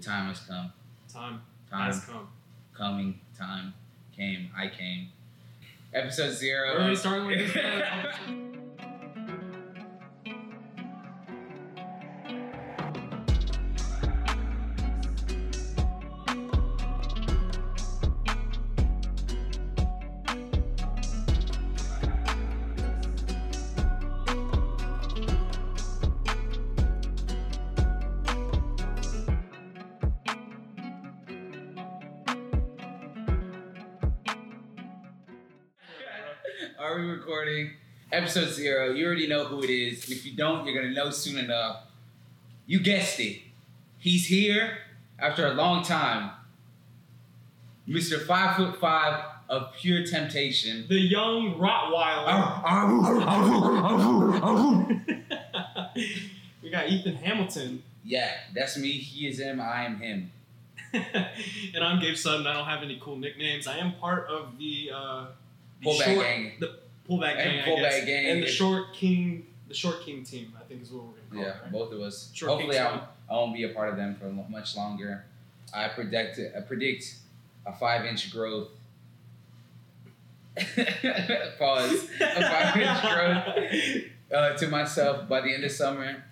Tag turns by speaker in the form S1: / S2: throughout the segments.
S1: time has come.
S2: Time
S1: Time
S2: has come.
S1: coming. Time came. I came. Episode zero.
S2: We're already starting with this.
S1: Are we recording? Episode zero. You already know who it is. And if you don't, you're gonna know soon enough. You guessed it. He's here after a long time. Mr. Five Foot Five of Pure Temptation.
S2: the young Rottweiler.
S1: Oh.
S2: we got Ethan Hamilton.
S1: Yeah, that's me. He is him. I am him.
S2: and I'm Gabe Sutton. I don't have any cool nicknames. I am part of the, uh, the
S1: Pullback
S2: short,
S1: gang.
S2: the pullback
S1: And
S2: gang, I
S1: pullback
S2: guess.
S1: gang
S2: and the
S1: is-
S2: short king, the short king team. I think is what we're gonna call
S1: Yeah,
S2: it. right?
S1: both of us.
S2: Sure,
S1: Hopefully,
S2: thanks,
S1: I won't, I won't be a part of them for lo- much longer. I predict I predict a five inch growth. Pause uh, to myself by the end of summer,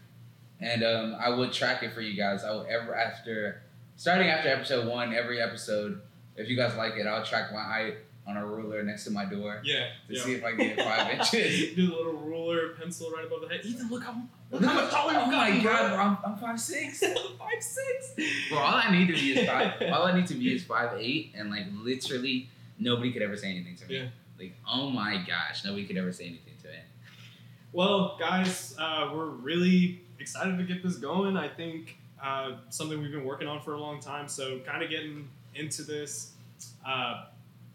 S1: and um, I will track it for you guys. I will ever after starting after episode one, every episode. If you guys like it, I'll track my height on a ruler next to my door
S2: yeah.
S1: to
S2: yeah.
S1: see if I can get five inches.
S2: Do the little ruler pencil right above the head. Ethan, look how look how
S1: No,
S2: much taller
S1: oh
S2: you got,
S1: my
S2: bro.
S1: god, bro, I'm, I'm five six.
S2: five six.
S1: Bro, all I need to be is five. all I need to be is five eight, and like literally nobody could ever say anything to me.
S2: Yeah.
S1: Like, oh my gosh, nobody could ever say anything to me.
S2: Well, guys, uh, we're really excited to get this going. I think uh, something we've been working on for a long time. So kind of getting into this. Uh,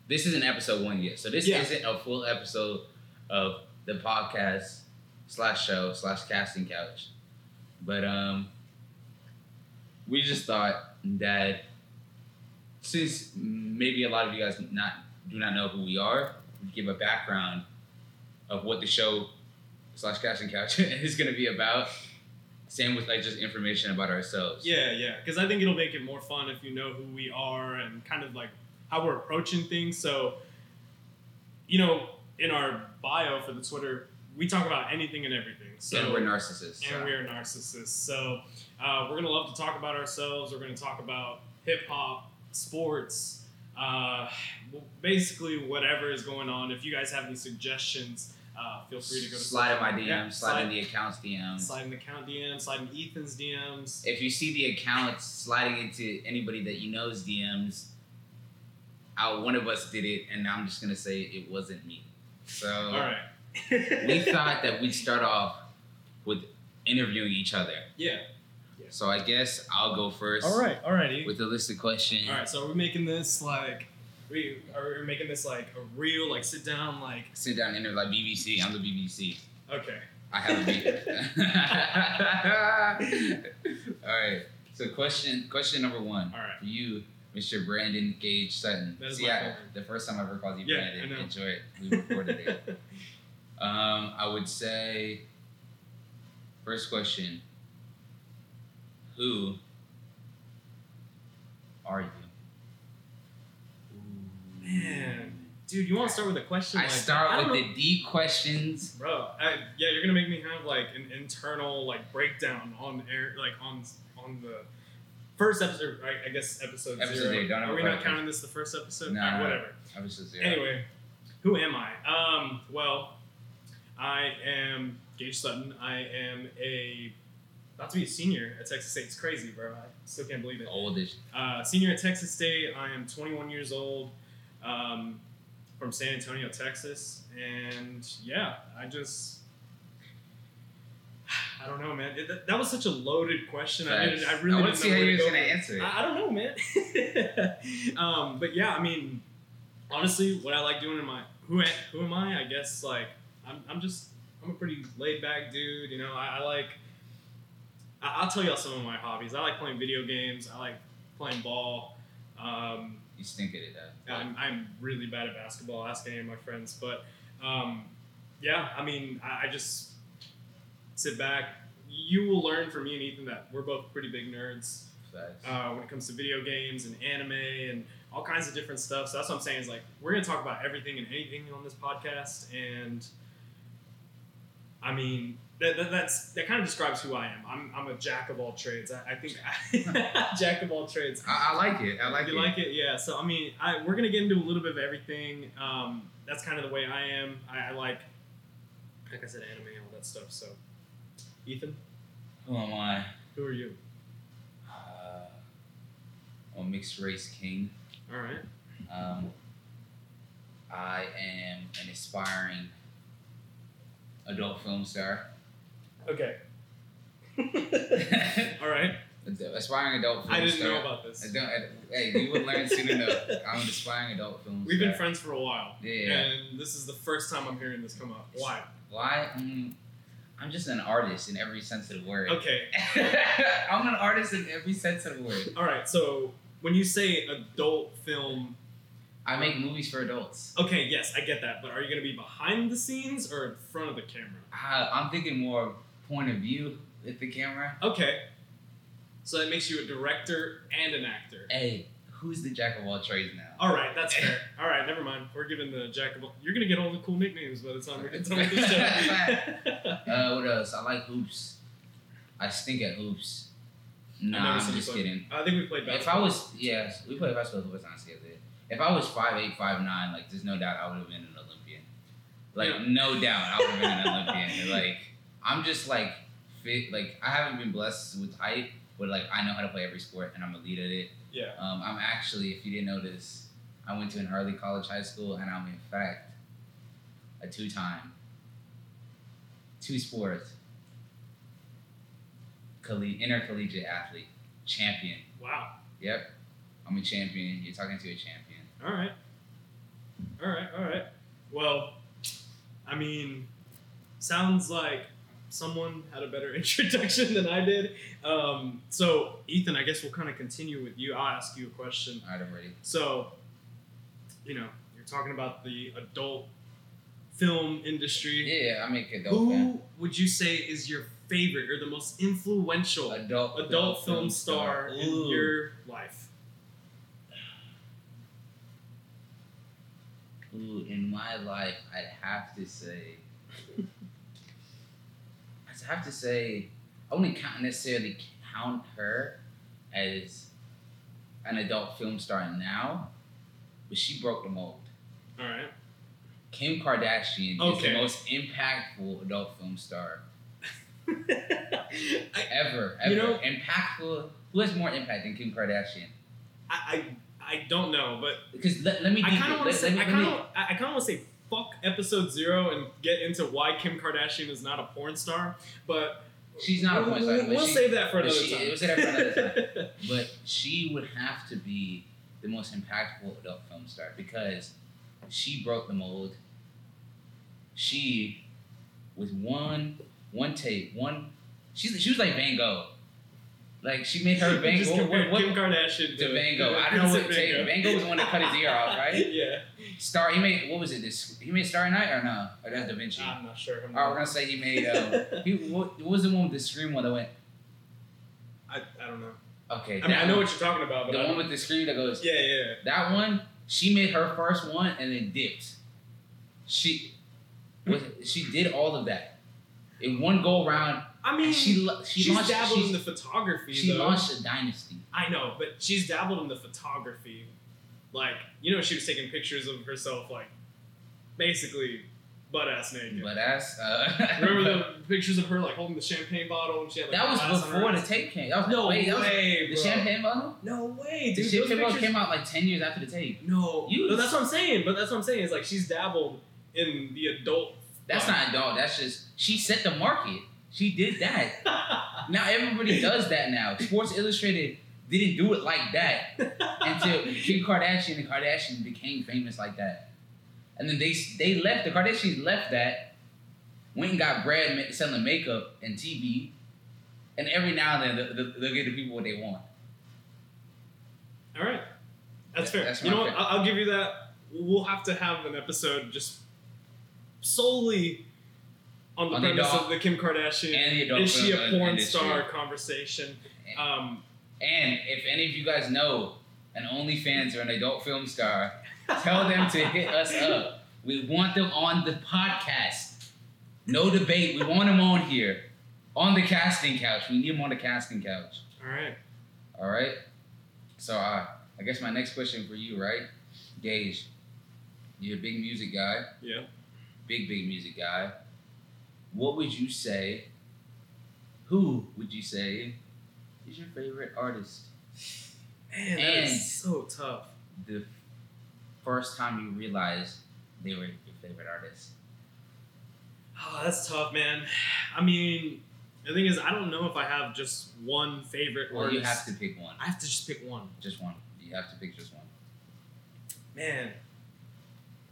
S1: This isn't episode one yet, so this
S2: Yeah.
S1: isn't a full episode of the podcast slash show slash casting couch. But um, we just thought that since maybe a lot of you guys not do not know who we are, we give a background of what the show slash casting couch is going to be about. Same with like just information about ourselves.
S2: yeah, yeah, because I think it'll make it more fun if you know who we are and kind of like how we're approaching things. So, you know, in our bio for the Twitter, we talk about anything and everything. So
S1: and we're narcissists.
S2: and we're narcissists. So uh, we're gonna love to talk about ourselves. We're gonna talk about hip hop, sports, uh, well, basically whatever is going on. If you guys have any suggestions, uh, feel free to go to
S1: slide in my DMs,
S2: Yeah,
S1: slide, in the accounts DMs.
S2: slide in the count DMs, slide in Ethan's DMs.
S1: if you see the account sliding into anybody that you know's DMs, I, one of us did it, and I'm just gonna say it wasn't me. So
S2: All right.
S1: we thought that we'd start off with interviewing each other.
S2: yeah.
S1: So I guess I'll go first.
S2: right. All righty.
S1: With a list of questions.
S2: All right. So we're making this like. We are we making this like a real like sit down like
S1: Sit down and interview like BBC. I'm the BBC.
S2: okay
S1: I have a beat. All right. So question question number one.
S2: all right
S1: For you, Mr. Brandon Gage Sutton.
S2: That is
S1: See,
S2: my
S1: I-
S2: favorite.
S1: the first time I ever called you
S2: Yeah, I
S1: Brandon.
S2: know.
S1: Enjoy it. We recorded it. Um, I would say first question. Who are you?
S2: man dude you want to start with a question
S1: I
S2: like that? I
S1: start
S2: don't
S1: with
S2: know-
S1: the D questions.
S2: Bro, I, yeah, you're gonna make me have like an internal like breakdown on air, like on on the first episode. I, I guess episode,
S1: Episode
S2: zero.
S1: zero, don't have
S2: Are
S1: a
S2: we not
S1: breakdown.
S2: counting this the first episode?
S1: No,
S2: Ah,
S1: no, no.
S2: whatever.
S1: I was just
S2: Anyway, who am I? Um, well, I am Gage Sutton. I am a about to be a senior at Texas State. It's crazy, bro. I still can't believe it.
S1: oldish.
S2: Uh, senior at Texas State. I am 21 years old, um, from San Antonio, Texas, and yeah, I just. I don't know, man. It, that, that was such a loaded question. I didn't. I really
S1: want to
S2: didn't
S1: see
S2: know
S1: how
S2: where
S1: you
S2: to
S1: was
S2: go
S1: gonna
S2: with it.
S1: answer it.
S2: I, I don't know, man. um, but yeah, I mean, honestly, what I like doing in my who am, who am I? I guess like I'm, I'm just I'm a pretty laid back dude. You know, I, I like I, I'll tell y'all some of my hobbies. I like playing video games. I like playing ball. Um,
S1: you stink at it though.
S2: I'm, I'm really bad at basketball. Ask any of my friends. But um, yeah, I mean, I, I just sit back. You will learn from me and Ethan that we're both pretty big nerds.
S1: Facts.
S2: uh, when it comes to video games and anime and all kinds of different stuff. So that's what I'm saying is like we're gonna talk about everything and anything on this podcast, and I mean that, that that's that kind of describes who I am. I'm, I'm a jack of all trades. I, I think I, jack of all trades.
S1: I, I like it. I like
S2: you
S1: it.
S2: like it, yeah. So I mean, I, we're gonna get into a little bit of everything. Um, that's kind of the way I am. I, I like, like I said, anime and all that stuff. So, Ethan,
S1: Who am I?
S2: who are you?
S1: Uh, I'm a mixed race king.
S2: All right.
S1: Um, I am an aspiring adult film star.
S2: Okay. all right.
S1: aspiring adult film
S2: I didn't
S1: star.
S2: know about this.
S1: I don't, I, hey, you will learn soon enough. I'm an aspiring adult film
S2: We've been
S1: star.
S2: friends for a while,
S1: yeah.
S2: and this is the first time I'm hearing this come up. Why?
S1: Why? Mm, I'm just an artist in every sense of the word.
S2: Okay.
S1: I'm an artist in every sense of the word.
S2: All right. So when you say adult film,
S1: I make movies for adults.
S2: okay, yes, I get that. But are you gonna be behind the scenes or in front of the camera?
S1: I, I'm thinking more point of view with the camera.
S2: Okay. So that makes you a director and an actor.
S1: Hey, who's the jack of all trades now?
S2: All right, that's fair. All right, never mind. We're giving the jack of all. You're gonna get all the cool nicknames by the time we're done with this show.
S1: Uh, what else? I like hoops. I stink at hoops.
S2: never
S1: Nah, I'm
S2: seen you
S1: just
S2: play.
S1: kidding.
S2: I think we played
S1: If I
S2: basketball.
S1: was, yeah, we played basketball hoops on it. If I was five eight, five nine, like there's no doubt I would have been an Olympian. Like
S2: Yeah.
S1: no doubt I would have been an Olympian. Like I'm just like fit. Like I haven't been blessed with height, but like I know how to play every sport and I'm elite at it.
S2: Yeah.
S1: Um, I'm actually, if you didn't notice, I went to an early college high school, and I'm in fact a two time, two sports, colle- intercollegiate athlete, champion.
S2: Wow.
S1: Yep, I'm a champion. You're talking to a champion.
S2: All right. All right. All right. Well, I mean, sounds like someone had a better introduction than I did. Um, so, Ethan, I guess we'll kind of continue with you. I'll ask you a question.
S1: All right, I'm ready.
S2: So, you know, you're talking about the adult film industry.
S1: Yeah, I make adult
S2: Who
S1: film.
S2: would you say is your favorite or the most influential adult,
S1: Adult,
S2: film, star in
S1: Ooh.
S2: your life?
S1: Ooh, in my life, I'd have to say, I'd have to say, I wouldn't count necessarily count her as an adult film star now, but she broke the mold.
S2: All right.
S1: Kim Kardashian is
S2: Okay.
S1: the most impactful adult film star ever. ever.
S2: You know-
S1: impactful. Who has more impact than Kim Kardashian?
S2: I, I, I don't know, but
S1: Because let, let me.
S2: I
S1: give
S2: kind
S1: you-
S2: of want
S1: let-
S2: to say
S1: let me-
S2: I
S1: let me-
S2: kind of I kind of want to say fuck episode zero and get into why Kim Kardashian is not a porn star, but
S1: She's not a
S2: we'll,
S1: porn star,
S2: We'll,
S1: but
S2: we'll
S1: she-
S2: save that for
S1: but
S2: another
S1: she-
S2: time.
S1: we'll save that for another but she would have to be the most impactful adult film star because she broke the mold. She, with one one tape, one she she was like Van Gogh, like she made her Van
S2: Just
S1: Gogh.
S2: compared
S1: What, what,
S2: Kim Kardashian
S1: to Van Gogh. I don't know what tape. Van Gogh was the one that cut his ear off, right?
S2: yeah,
S1: Star. He made what was it? This he made Starry Night or no? Or that's Da Vinci.
S2: I'm not sure. I'm
S1: All right, we're gonna say he made. Um, he what, what was the one with the scream one that went?
S2: I, I don't know.
S1: Okay,
S2: I mean,
S1: that
S2: I know
S1: one.
S2: what you're talking about, but
S1: the
S2: I
S1: one
S2: don't-
S1: with the scream that goes.
S2: yeah, yeah.
S1: That one, she made her first one and then dipped. She was she did all of that in one go round.
S2: I mean,
S1: She la- she
S2: she's
S1: launched
S2: dabbled
S1: she's-
S2: in the photography.
S1: she
S2: though.
S1: launched a dynasty.
S2: I know, but she's dabbled in the photography. Like, you know, she was taking pictures of herself, like, basically butt ass naked.
S1: But that's uh,
S2: Remember the pictures of her, like, holding the champagne bottle and she had, like,
S1: that
S2: a
S1: was
S2: glass on her
S1: before the
S2: eyes?
S1: tape came. That was
S2: No
S1: wait, that was-
S2: way,
S1: the
S2: bro.
S1: champagne bottle.
S2: No way,
S1: The
S2: dude. those
S1: champagne bottle
S2: pictures-
S1: came out like ten years after the tape.
S2: No.
S1: You-
S2: no, that's what I'm saying. But that's what I'm saying. is like, she's dabbled in the adult.
S1: That's not adult. That's just she set the market. She did that. Now everybody does that now. Sports Illustrated didn't do it like that until Kim Kardashian and Kardashian became famous like that. And then they they left the Kardashians left that, went and got Brad ma- selling makeup and TV, and every now and then they'll, they'll give the people what they want.
S2: All right. That's
S1: Yeah,
S2: fair.
S1: that's
S2: you know
S1: my
S2: what?
S1: fair-
S2: I'll, I'll give you that. We'll have to have an episode just solely on the
S1: On the
S2: premise
S1: adult-
S2: of the Kim Kardashian
S1: And the adult
S2: is she
S1: film
S2: a
S1: and-
S2: porn
S1: and it's
S2: star
S1: true.
S2: conversation.
S1: And-
S2: Um,
S1: And if any of you guys know an OnlyFans or an adult film star, tell them to hit us up. We want them on the podcast. No debate. We want them on here. On the casting couch. We need them on the casting couch.
S2: All right.
S1: All right. So uh, I guess my next question for you, right, Gage? You're a big music guy.
S2: Yeah.
S1: Big big music guy. What would you say? Who would you say is your favorite artist?
S2: Man, that is
S1: And-
S2: so tough.
S1: The first time you realized they were your favorite artist.
S2: Oh, that's tough, man. I mean, the thing is, I don't know if I have just one favorite
S1: Or
S2: artist.
S1: you have to pick one.
S2: I have to just pick one.
S1: Just one. You have to pick just one.
S2: Man.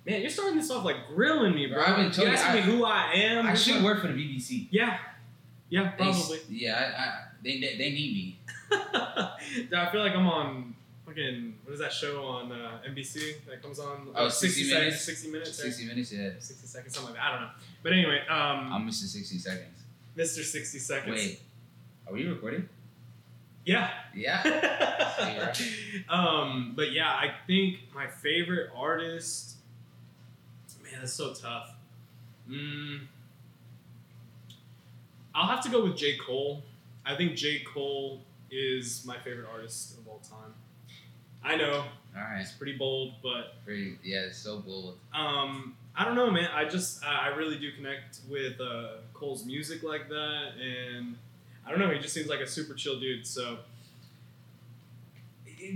S2: Man, you're starting this off like grilling me, bro.
S1: Bro, I've been told
S2: you
S1: you,
S2: asking
S1: I-
S2: me who I am.
S1: I
S2: You're
S1: should
S2: trying-
S1: work for the BBC.
S2: Yeah. Yeah,
S1: They s-
S2: probably.
S1: yeah, I, I, they, they they need me.
S2: Dude, I feel like I'm on fucking what is that show on uh, NBC that comes on?
S1: Oh,
S2: uh,
S1: 60 minutes?
S2: Sixty minutes. Sixty minutes.
S1: 60 minutes. Yeah,
S2: Or 60 seconds, something like that. I don't know. But anyway, um,
S1: I'm missing 60 seconds.
S2: Mr. Sixty Seconds.
S1: Wait, are we recording?
S2: Yeah.
S1: Yeah.
S2: um, but yeah, I think my favorite artist. Man, that's so tough. Mm, I'll have to go with J. Cole. I think J. Cole is my favorite artist of all time. I know
S1: All right.
S2: it's pretty bold, but
S1: Pretty. Yeah, it's so bold.
S2: um, I don't know, man. I just I, I really do connect with uh, Cole's music like that, and I don't know. He just seems like a super chill dude. So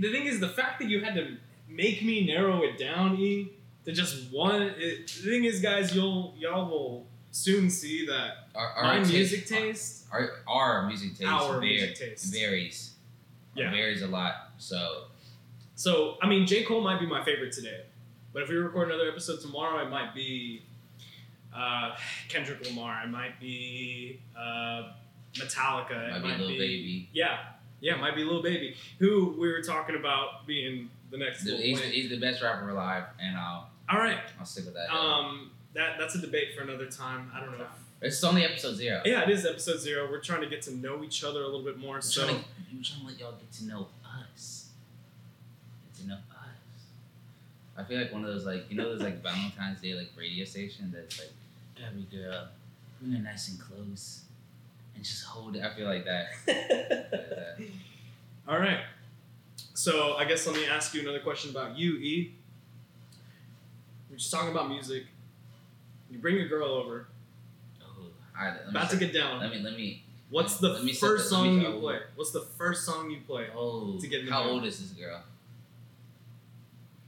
S2: the thing is, the fact that you had to make me narrow it down, e to just one. It, the thing is, guys, you'll y'all will soon see that
S1: Our, our
S2: my
S1: taste-
S2: music taste,
S1: Our, our music taste.
S2: our
S1: var-
S2: music taste.
S1: Varies.
S2: Yeah.
S1: Varies a lot. So
S2: So I mean, J Cole might be my favorite today, but if we record another episode tomorrow, it might be uh, Kendrick Lamar. It might be uh, Metallica. It
S1: might be little baby.
S2: yeah, yeah, it might be Lil Baby, who we were talking about being the next.
S1: The-
S2: Lil
S1: he's, the,
S2: Wayne.
S1: he's the best rapper alive, and I'll
S2: All right,
S1: I'll stick with that.
S2: um, that that's a debate for another time. I don't know.
S1: it's only episode zero.
S2: Yeah, it is episode zero. We're trying to get to know each other a little bit more.
S1: I'm
S2: So
S1: trying to, I'm trying to let y'all get to know us. Get to know us. I feel like one of those like you know those like Valentine's Day like radio station that's like every girl, bring her nice and close, and just hold it. I feel like that. Like that.
S2: All right. So I guess let me ask you another question about you, E. We're just talking about music. You bring your girl over,
S1: Oh, all right, let me
S2: about to
S1: set-
S2: get down.
S1: Let me let me.
S2: What's the
S1: let me set
S2: first
S1: the- let
S2: song
S1: me-
S2: you
S1: oh.
S2: play? What's the first song you play?
S1: Oh,
S2: To get in the
S1: how
S2: mood.
S1: old is this girl?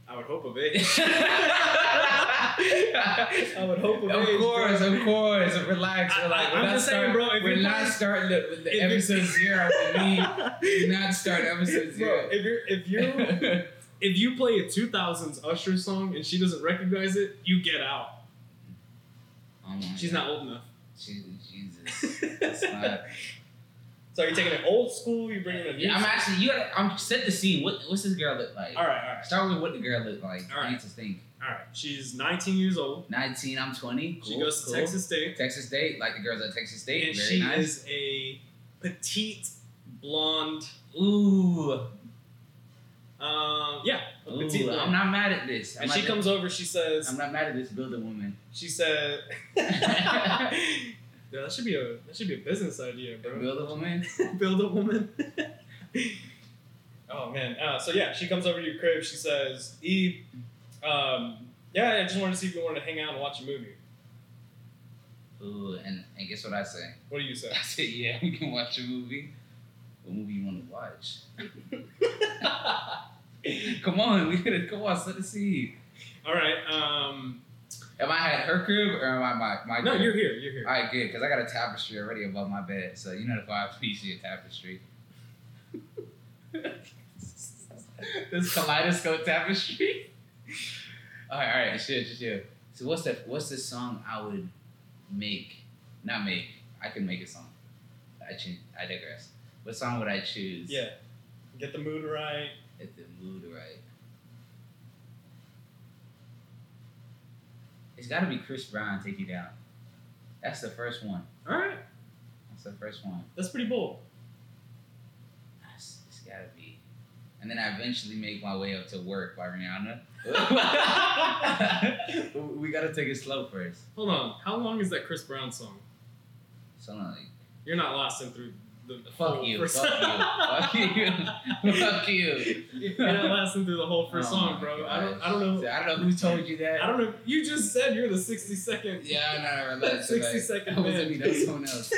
S2: I would hope of it. I would hope of
S1: Of
S2: it.
S1: course, of course. Relax.
S2: I-
S1: We're like,
S2: I-
S1: we're
S2: I'm
S1: not
S2: just
S1: start,
S2: saying, bro, if
S1: We're
S2: you're
S1: not
S2: playing-
S1: starting the, the
S2: if you're-
S1: episode zero. We do not start episode
S2: Bro,
S1: zero.
S2: if you're if you if you play a two thousands Usher song and she doesn't recognize it, you get out.
S1: Oh my
S2: She's
S1: God.
S2: not old enough.
S1: She, Jesus. That's not.
S2: so you're taking an old school, you bring in a new.
S1: Yeah, I'm
S2: school?
S1: actually. You gotta. I'm set the scene. What What's this girl look like?
S2: all right, all right.
S1: Start with what the girl look like.
S2: All right.
S1: I need to think.
S2: All right. She's 19 years old.
S1: 19. I'm 20.
S2: she
S1: Cool,
S2: goes to
S1: cool.
S2: Texas State,
S1: Texas State, like the girls at Texas State.
S2: and
S1: Very
S2: she
S1: nice.
S2: is a petite blonde.
S1: Ooh.
S2: Um, yeah, a petite
S1: Ooh,
S2: blonde.
S1: I'm not mad at this. I'm
S2: and
S1: not
S2: she comes over. She says,
S1: I'm not mad at this builder woman.
S2: she said, Dude, that should be a that should be a business idea, bro.
S1: Builder woman.
S2: Build a woman. oh man. Uh, so yeah, she comes over to your crib. She says, E, um, yeah, I just wanted to see if you wanted to hang out and watch a movie.
S1: Ooh, and, and guess what I say?
S2: What do you say?
S1: I say, yeah, we can watch a movie. What movie you want to watch? Come on, we gotta come on, set the scene.
S2: All right. Um,
S1: Am I at her crib or am I my my?
S2: no,
S1: crib?
S2: you're here. You're here.
S1: All right, good, cause I got a tapestry already above my bed, so you know the five piece of your tapestry. this kaleidoscope tapestry. all right, all right, shit, shit, shit. So what's that? What's the song I would make? Not make. I can make a song. I choose, I digress. What song would I choose?
S2: Yeah. Get the mood right.
S1: If the mood right. It's got to be Chris Brown. Take you down. That's the first one.
S2: All right.
S1: That's the first one.
S2: That's pretty bold.
S1: That's, it's gotta be. And then I eventually make my way up to work by Rihanna. we gotta take it slow first.
S2: Hold on. How long is that Chris Brown song?
S1: Something like
S2: You're not lost in through the
S1: fuck
S2: whole
S1: you,
S2: first-
S1: fuck you, fuck you, fuck you.
S2: You're not lasting through the whole first
S1: Oh
S2: song,
S1: my
S2: bro.
S1: gosh.
S2: I don't, I don't know.
S1: I don't know who told you that.
S2: I don't know. You just said you're the 60 second.
S1: Yeah, no, I realized that.
S2: 60 second
S1: That wasn't
S2: man.
S1: me. That was someone else.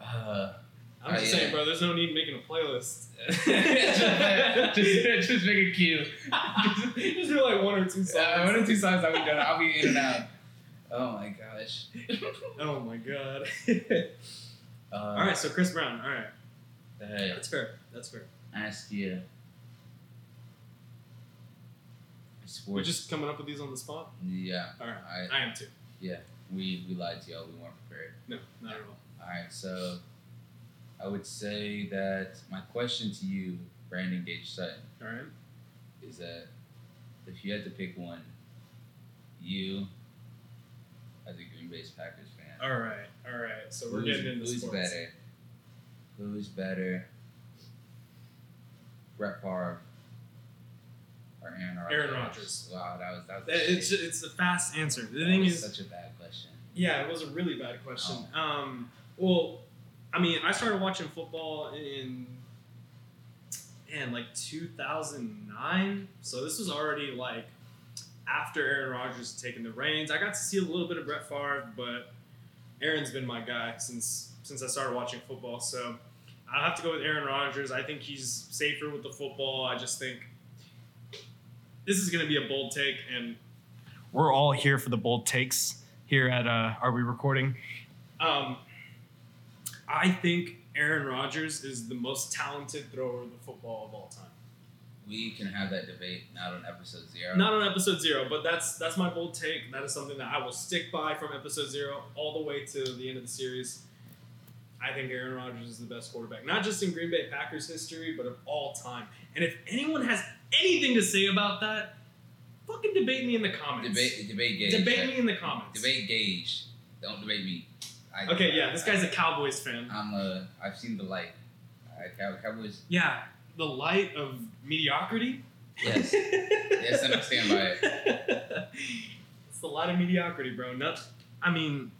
S1: Uh,
S2: I'm just
S1: Oh, yeah.
S2: saying, bro. There's no need making a playlist.
S1: just, just, just make a cue.
S2: just do like one or two songs.
S1: Uh, one or two songs I'll be done. I'll be in and out. Oh my gosh.
S2: Oh my god.
S1: Uh,
S2: all right, so Chris Brown. All right,
S1: Hey,
S2: that's fair. That's fair.
S1: ask you.
S2: We're
S1: Sports.
S2: just coming up with these on the spot.
S1: yeah.
S2: All right,
S1: I,
S2: I am too.
S1: we we lied to y'all. We weren't prepared.
S2: No, not at all.
S1: All right. So, I would say that my question to you, Brandon Gage Sutton,
S2: All right.
S1: is that if you had to pick one, you, as a Green Bay Packers fan,
S2: All right. All right. So we're
S1: who's,
S2: getting into
S1: who's
S2: sports.
S1: better? Who's better? Brett Favre or Aaron Rodgers?
S2: Aaron Rodgers.
S1: Wow, that was that was,
S2: That- It's it's a fast answer. The
S1: that
S2: thing
S1: was
S2: is,
S1: such a bad question.
S2: Yeah, it was a really bad question. Um, well, I mean, I started watching football in, man, like 2009. So this was already like after Aaron Rodgers had taken the reins. I got to see a little bit of Brett Favre, but Aaron's been my guy since since I started watching football. So I'll have to go with Aaron Rodgers. I think he's safer with the football. I just think this is going to be a bold take, and we're all here for the bold takes here at uh, Are We Recording? Um, I think Aaron Rodgers is the most talented thrower of the football of all time.
S1: We can have that debate not on episode zero.
S2: Not on episode zero, but that's that's my bold take. That is something that I will stick by from episode zero all the way to the end of the series. I think Aaron Rodgers is the best quarterback, not just in Green Bay Packers history, but of all time. And if anyone has anything to say about that, fucking debate me in the comments.
S1: debate, debate Gage.
S2: Debate me in the comments.
S1: Debate Gage. Don't debate me. I,
S2: Okay, yeah, this
S1: I-
S2: guy's a Cowboys fan.
S1: I'm a. I've seen the light. I, Cow- Cowboys.
S2: Yeah, the light of mediocrity.
S1: Yes.
S2: yes,
S1: and I stand by
S2: it. it's the light of mediocrity, bro. Not, I mean,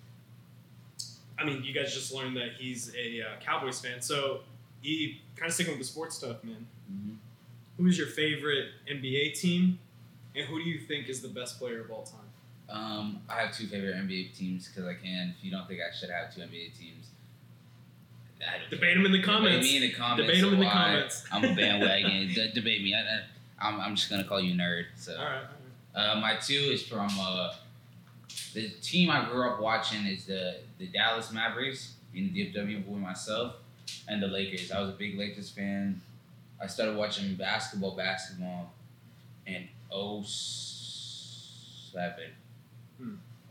S2: I mean, you guys just learned that he's a uh, Cowboys fan, so he kind of sticking with the sports stuff, man.
S1: Mhm.
S2: Who is your favorite NBA team, and who do you think is the best player of all time?
S1: Um, I have two favorite NBA teams because I can. If you don't think I should have two NBA teams, I don't
S2: Debate him in the comments.
S1: Debate me in the comments.
S2: Debate him in the
S1: why
S2: comments.
S1: I'm a bandwagon. D- debate me. I, I, I'm, I'm just gonna call you nerd. So
S2: All right, all right.
S1: uh, my two is from uh, the team I grew up watching is the the Dallas Mavericks in the DFW boy myself, and the Lakers. I was a big Lakers fan. I started watching basketball, basketball, in 07.
S2: Hmm.
S1: 07.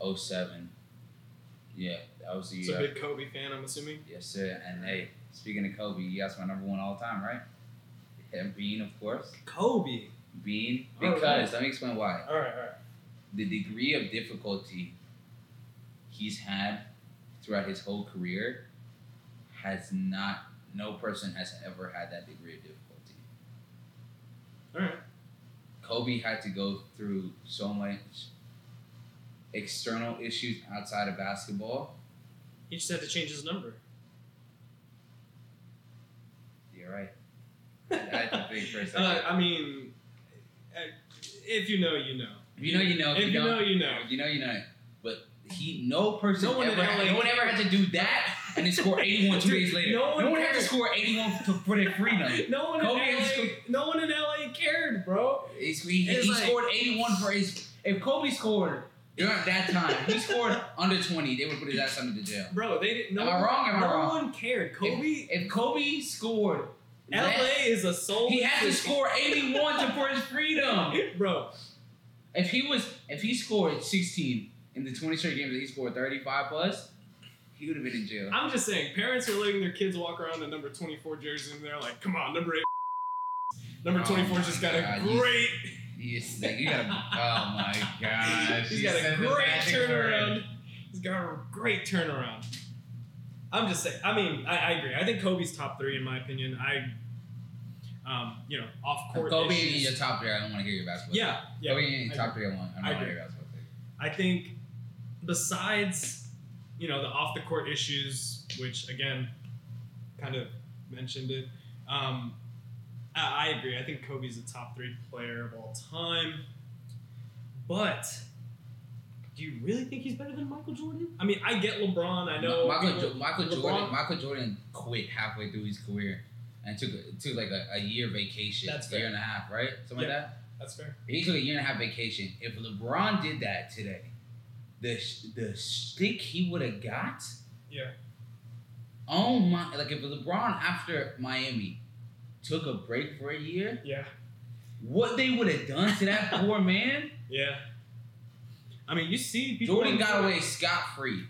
S1: Yeah, that was the year.
S2: So
S1: I-
S2: big Kobe fan, I'm assuming.
S1: Yes, sir. And hey, speaking of Kobe, you guys my number one all time, right? And Bean, of course.
S2: Kobe.
S1: Bean,
S2: All right.
S1: because let me explain why.
S2: All right, all right.
S1: The degree of difficulty he's had throughout his whole career has not. No person has ever had that degree of difficulty.
S2: All right.
S1: Kobe had to go through so much external issues outside of basketball.
S2: He just had to change his number.
S1: You're right. I had to think for a second.
S2: Uh, I mean, uh, if you know, you know.
S1: if you know, you know. If,
S2: If you
S1: don't,
S2: know, you know.
S1: You know, you know. But he, no person
S2: No one in
S1: ever,
S2: LA
S1: no one ever had to do that and then score 81 two
S2: Dude,
S1: days later.
S2: no
S1: No one,
S2: one
S1: had to
S2: cares.
S1: score 81 to, for their freedom.
S2: No one
S1: Kobe
S2: in
S1: and
S2: LA,
S1: Scoop.
S2: no one in LA cared, bro.
S1: It's- he
S2: It's
S1: he
S2: like-
S1: scored 81 for his. If Kobe scored during that time, he scored under 20, they would put his ass under the jail.
S2: Bro, they didn't. No
S1: Am I
S2: one,
S1: wrong? Am I
S2: no
S1: wrong?
S2: one cared. Kobe,
S1: If Kobe scored, that-
S2: LA is a soul.
S1: he had to score 81 to for his freedom.
S2: bro.
S1: If he was, if he scored 16 in the 20 straight games that he scored 35 plus, he would have been in jail.
S2: I'm just saying, parents are letting their kids walk around in number 24 jerseys, and they're like, "Come on, number eight, number
S1: Oh
S2: 24
S1: my
S2: just got a
S1: God, you-
S2: great,
S1: Yes, like you gotta. oh my gosh!
S2: he's
S1: you
S2: got a
S1: said the
S2: great
S1: magic word.
S2: turnaround. He's got a great turnaround." I'm just saying. I mean, I, I agree. I think Kobe's top three in my opinion. I, um, you know, off court
S1: Kobe ain't in
S2: issues.
S1: your top three. I don't want to hear your basketball.
S2: Yeah,
S1: pick.
S2: yeah.
S1: Kobe ain't in your
S2: I
S1: top three. I want. I don't
S2: I
S1: want to
S2: agree.
S1: hear your basketball. pick.
S2: I think besides, you know, the off the court issues, which again, kind of mentioned it. Um, I, I agree. I think Kobe's a top three player of all time. But do you really think he's better than Michael Jordan? I mean, I get LeBron. I know
S1: Michael,
S2: people-
S1: jo- Michael
S2: LeBron-
S1: Jordan. Michael Jordan quit halfway through his career and took a- took like a, a year vacation.
S2: That's
S1: a year
S2: fair.
S1: and a half, right? Something
S2: Yeah.
S1: like that.
S2: That's fair.
S1: He took a year and a half vacation. If LeBron did that today, the sh- the stick he would have got.
S2: Yeah.
S1: Oh my! Like if LeBron after Miami took a break for a year,
S2: Yeah.
S1: what they would have done to that poor man?
S2: Yeah. I mean, you see people.
S1: Jordan
S2: on
S1: got
S2: Twitter-
S1: away scot free.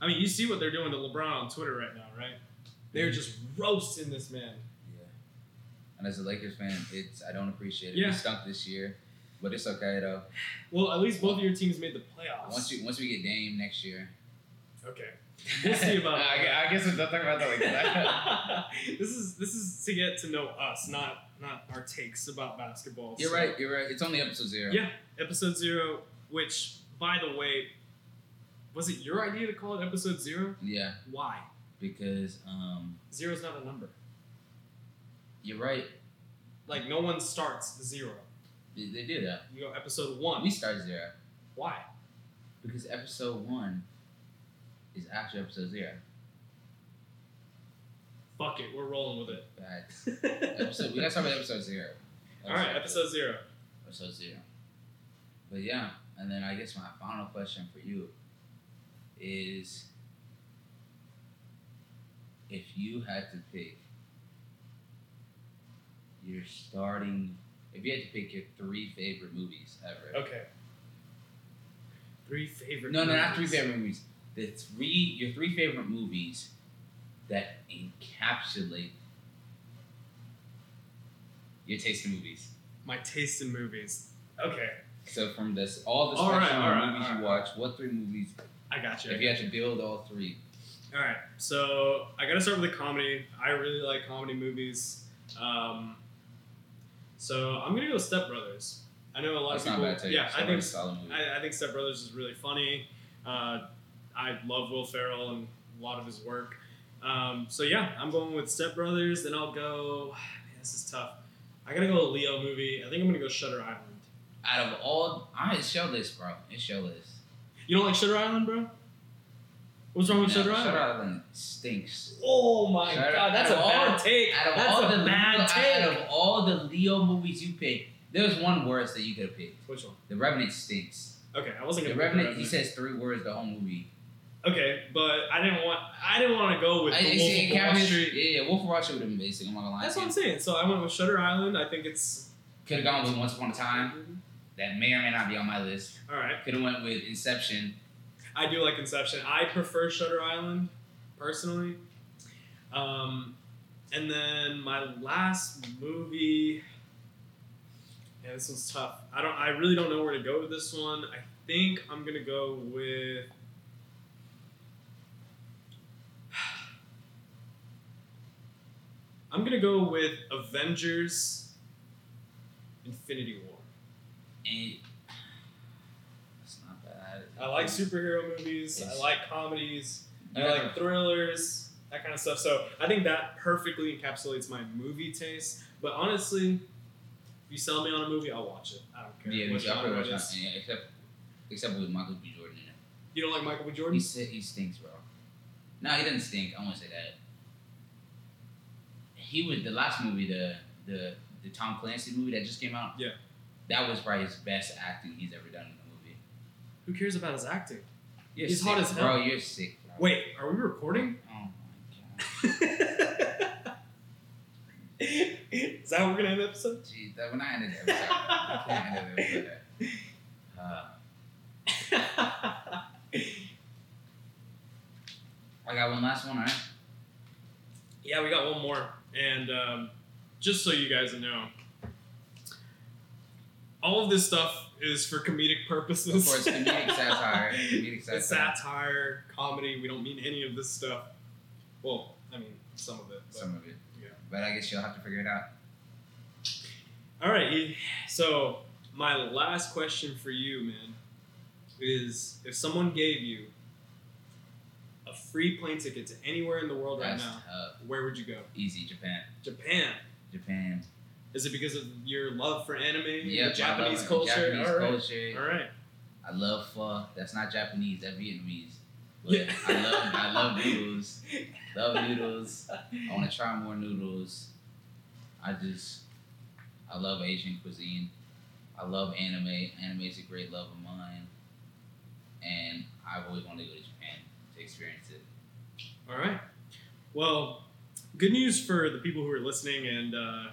S2: I mean, you see what they're doing to LeBron on Twitter right now, right?
S1: Mm-hmm.
S2: They're just roasting this man.
S1: Yeah. And as a Lakers fan, it's I don't appreciate it.
S2: Yeah.
S1: We stunk this year, but it's okay though.
S2: Well, at least both of your teams made the playoffs.
S1: Once you once we get Dame next year,
S2: okay. We'll see about
S1: I, gu-
S2: that.
S1: I guess we're not talking about that like that.
S2: this is this is to get to know us, not not our takes about basketball.
S1: you're
S2: So,
S1: right. You're right. It's only episode zero.
S2: Yeah. Episode zero, which by the way, was it your idea to call it episode zero?
S1: Yeah,
S2: Why?
S1: because um,
S2: Zero's not a number.
S1: you're right.
S2: Like no one starts zero.
S1: They, they do that.
S2: You go episode one.
S1: We start zero
S2: Why?
S1: because episode one is after episode zero.
S2: Fuck it, we're rolling with
S1: But
S2: it.
S1: episode we gotta start with episode zero.
S2: All right, episode zero.
S1: episode zero. But yeah, and then I guess my final question for you is if you had to pick your starting if you had to pick your three favorite movies ever.
S2: Okay. Three favorite.
S1: No, no, not three
S2: movies.
S1: favorite movies. The three your three favorite movies that encapsulate your taste in movies.
S2: My taste in movies. Okay,
S1: So from this all the
S2: All right,
S1: spectrum of
S2: all right,
S1: movies
S2: all
S1: you
S2: right.
S1: watch, what three movies
S2: I got you.
S1: If you had to build all three,
S2: All right, so I gotta start with a comedy. I really like comedy movies. Um, so I'm gonna go Step Brothers. I know a lot
S1: that's
S2: of
S1: not
S2: people.
S1: bad too.
S2: yeah,
S1: It's
S2: I
S1: a
S2: think
S1: pretty solid movie.
S2: I, I think Step Brothers is really funny. Uh, I love Will Ferrell and a lot of his work. Um, so yeah, I'm going with Step Brothers. Then I'll go. Man, this is tough. I gotta go a Leo movie. I think I'm gonna go Shutter Island.
S1: Out of all, I it's showless, bro. It's showless.
S2: You don't like Shutter Island, bro? What's wrong
S1: No,
S2: with Shutter Island?
S1: Shutter Island stinks.
S2: Oh my
S1: Shutter-
S2: god, that's a
S1: out of all-
S2: bad take.
S1: Out of
S2: that's
S1: all
S2: a
S1: the
S2: bad
S1: Leo,
S2: take.
S1: out of all the Leo movies you picked, there's one worse that you could have picked.
S2: Which one?
S1: The Revenant stinks.
S2: Okay, I wasn't
S1: The
S2: gonna. pick
S1: Revenant, he
S2: Revenant.
S1: says three words the whole movie.
S2: Okay, but I didn't want. I didn't want to go with
S1: I,
S2: the
S1: it's- it
S2: Wolf of Wall
S1: counted-
S2: Street.
S1: Yeah, yeah, Wolf of Wall Street would have been basic. I'm not gonna lie.
S2: That's what I'm saying. So I went with Shutter Island. I think it's.
S1: Could have gone with Once Upon a Time. That may or may not be on my list.
S2: All right,
S1: Could have went with Inception.
S2: I do like Inception. I prefer Shutter Island, personally. Um, and then my last movie. Yeah, this one's tough. I don't. I really don't know where to go with this one. I think I'm gonna go with. I'm gonna go with Avengers. Infinity War.
S1: And that's not bad.
S2: I like superhero movies. I
S1: Yes.
S2: like comedies.
S1: You
S2: I
S1: never-
S2: like thrillers, that kind of stuff. So I think that perfectly encapsulates my movie taste. But honestly, if you sell me on a movie, I'll watch it. I don't care.
S1: Yeah,
S2: what
S1: which I pretty
S2: genre
S1: much
S2: it
S1: not.
S2: is.
S1: Yeah, except except with Michael B. Jordan in it.
S2: You don't like Michael B.
S1: He
S2: Jordan?
S1: said he stinks, bro. No, he doesn't stink. I won't say that. He was the last movie, the the the Tom Clancy movie that just came out.
S2: Yeah.
S1: That was probably his best acting he's ever done in a movie.
S2: Who cares about his acting?
S1: You're
S2: He's
S1: sick,
S2: hot as
S1: bro. You're sick, bro.
S2: Wait, are we recording?
S1: Oh my god.
S2: is that how we're gonna end the episode?
S1: Jeez, that when I ended the episode, I can't end the episode. Uh, I got one last one, alright?
S2: yeah, we got one more, and um, just so you guys know, all of this stuff is for comedic purposes.
S1: Of course, comedic satire. Comedic satire.
S2: It's satire, comedy. We don't mean any of this stuff. Well, I mean some of it. But.
S1: Some of it.
S2: Yeah.
S1: But I guess you'll have to figure it out.
S2: All right. E- So my last question for you, man, is if someone gave you a free plane ticket to anywhere in the world right
S1: That's
S2: now,
S1: tough.
S2: where would you go?
S1: Easy, Japan.
S2: Japan.
S1: Japan.
S2: Is it because of your love for anime,
S1: Yeah,
S2: and Japanese culture?
S1: Japanese
S2: All right.
S1: culture.
S2: All right.
S1: I love pho. That's not Japanese. That's Vietnamese. But
S2: Yeah.
S1: I love I love noodles. Love noodles. I want to try more noodles. I just I love Asian cuisine. I love anime. Anime is a great love of mine, and I've always wanted to go to Japan to experience it.
S2: All right. Well, good news for the people who are listening and uh,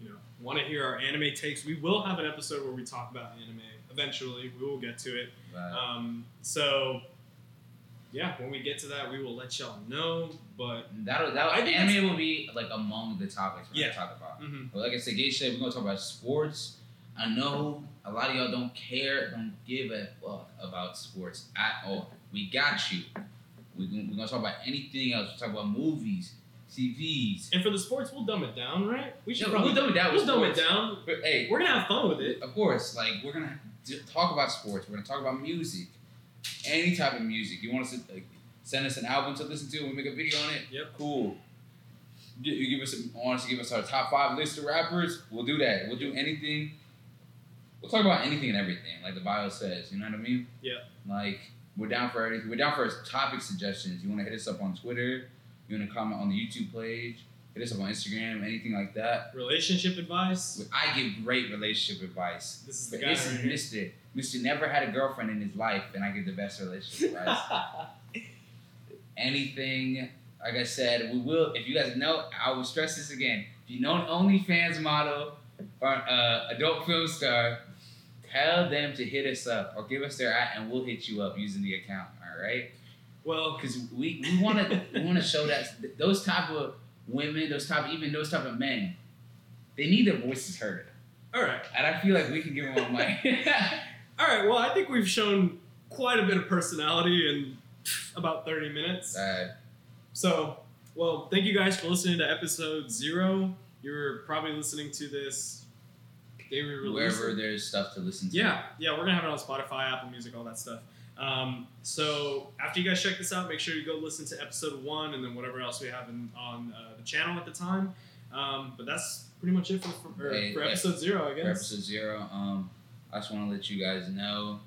S2: you know want to hear our anime takes. We will have an episode where we talk about anime eventually. We will get to it.
S1: But
S2: Um, so yeah, when we get to that, we will let y'all know. But
S1: that'll that
S2: Uh, I think
S1: anime will be like among the topics we're
S2: Yeah.
S1: gonna talk about.
S2: mhm.
S1: But like I said, Geisha, we're gonna talk about sports. I know a lot of y'all don't care, don't give a fuck about sports at all. We got you. We gon- We're gonna talk about anything else. We'll talk about movies, TVs.
S2: and for the sports, we'll dumb it down, right? We should
S1: Yeah,
S2: probably
S1: we'll dumb it down
S2: We'll
S1: with
S2: dumb it
S1: sports.
S2: down.
S1: But, hey,
S2: We're gonna have fun with it.
S1: of course, like we're gonna d- talk about sports. We're gonna talk about music, any type of music. You want us to like, send us an album to listen to? and We make a video on it.
S2: Yep.
S1: Cool. You- You give us want us to give us our top five list of rappers. We'll do that. We'll do anything. We'll talk about anything and everything, like the bio says. You know what I mean?
S2: Yeah.
S1: Like we're down for everything. We're down for topic suggestions. You want to hit us up on Twitter? You want to comment on the YouTube page? Hit us up on Instagram? Anything like that?
S2: Relationship advice.
S1: I give great relationship advice.
S2: This is the
S1: But
S2: guy
S1: this
S2: right
S1: is
S2: here.
S1: Mister. Mister never had a girlfriend in his life, and I give the best relationship advice. Anything, like I said, we will. If you guys know, I will stress this again. If you know an OnlyFans model or uh, adult film star, tell them to hit us up or give us their at, and we'll hit you up using the account. All right?
S2: well,
S1: Because we we want to we want to show that th- those type of women, those type even those type of men, they need their voices heard,
S2: all right.
S1: and I feel like we can give them a mic.
S2: All right. Well, I think we've shown quite a bit of personality in about 30 minutes.
S1: Uh,
S2: So, well, thank you guys for listening to episode zero. You're probably listening to this day we release.
S1: wherever there's stuff to listen to.
S2: Yeah, yeah, we're gonna have it on Spotify, Apple Music, all that stuff. Um, so after you guys check this out, make sure you go listen to episode one and then whatever else we have in, on uh, the channel at the time. Um, but that's pretty much it for, for, or
S1: Hey,
S2: for
S1: hey.
S2: episode zero, I
S1: For
S2: guess.
S1: episode zero, um, I just want to let you guys know.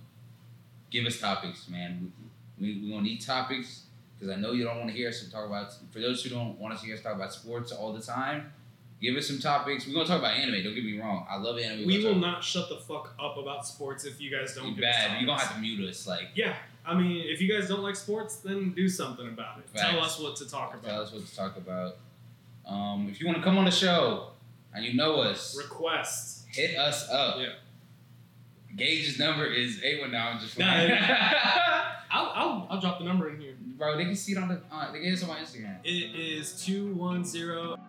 S1: Give us topics, man. We we we gonna need topics because I know you don't want to hear us talk about. For those who don't want us to hear us talk about sports all the time, give us some topics. We're gonna talk about anime. Don't get me wrong. I love anime.
S2: We will
S1: We're
S2: not shut the fuck up about sports if you guys don't.
S1: talking-
S2: give us
S1: bad. You're gonna
S2: topics.
S1: have to mute us. Like,
S2: Yeah, I mean, if you guys don't like sports, then do something about it. Tell
S1: Facts.
S2: us what to talk
S1: tell
S2: about.
S1: us what to talk about. Um, if you want to come on the show and you know us,
S2: Requests.
S1: hit us up.
S2: Yeah.
S1: Gage's number is eight one nine. Just
S2: Nah, I'll, I'll, I'll drop the number in here.
S1: Bro, they can see it on the. Uh, they can see it on my Instagram.
S2: It is 210.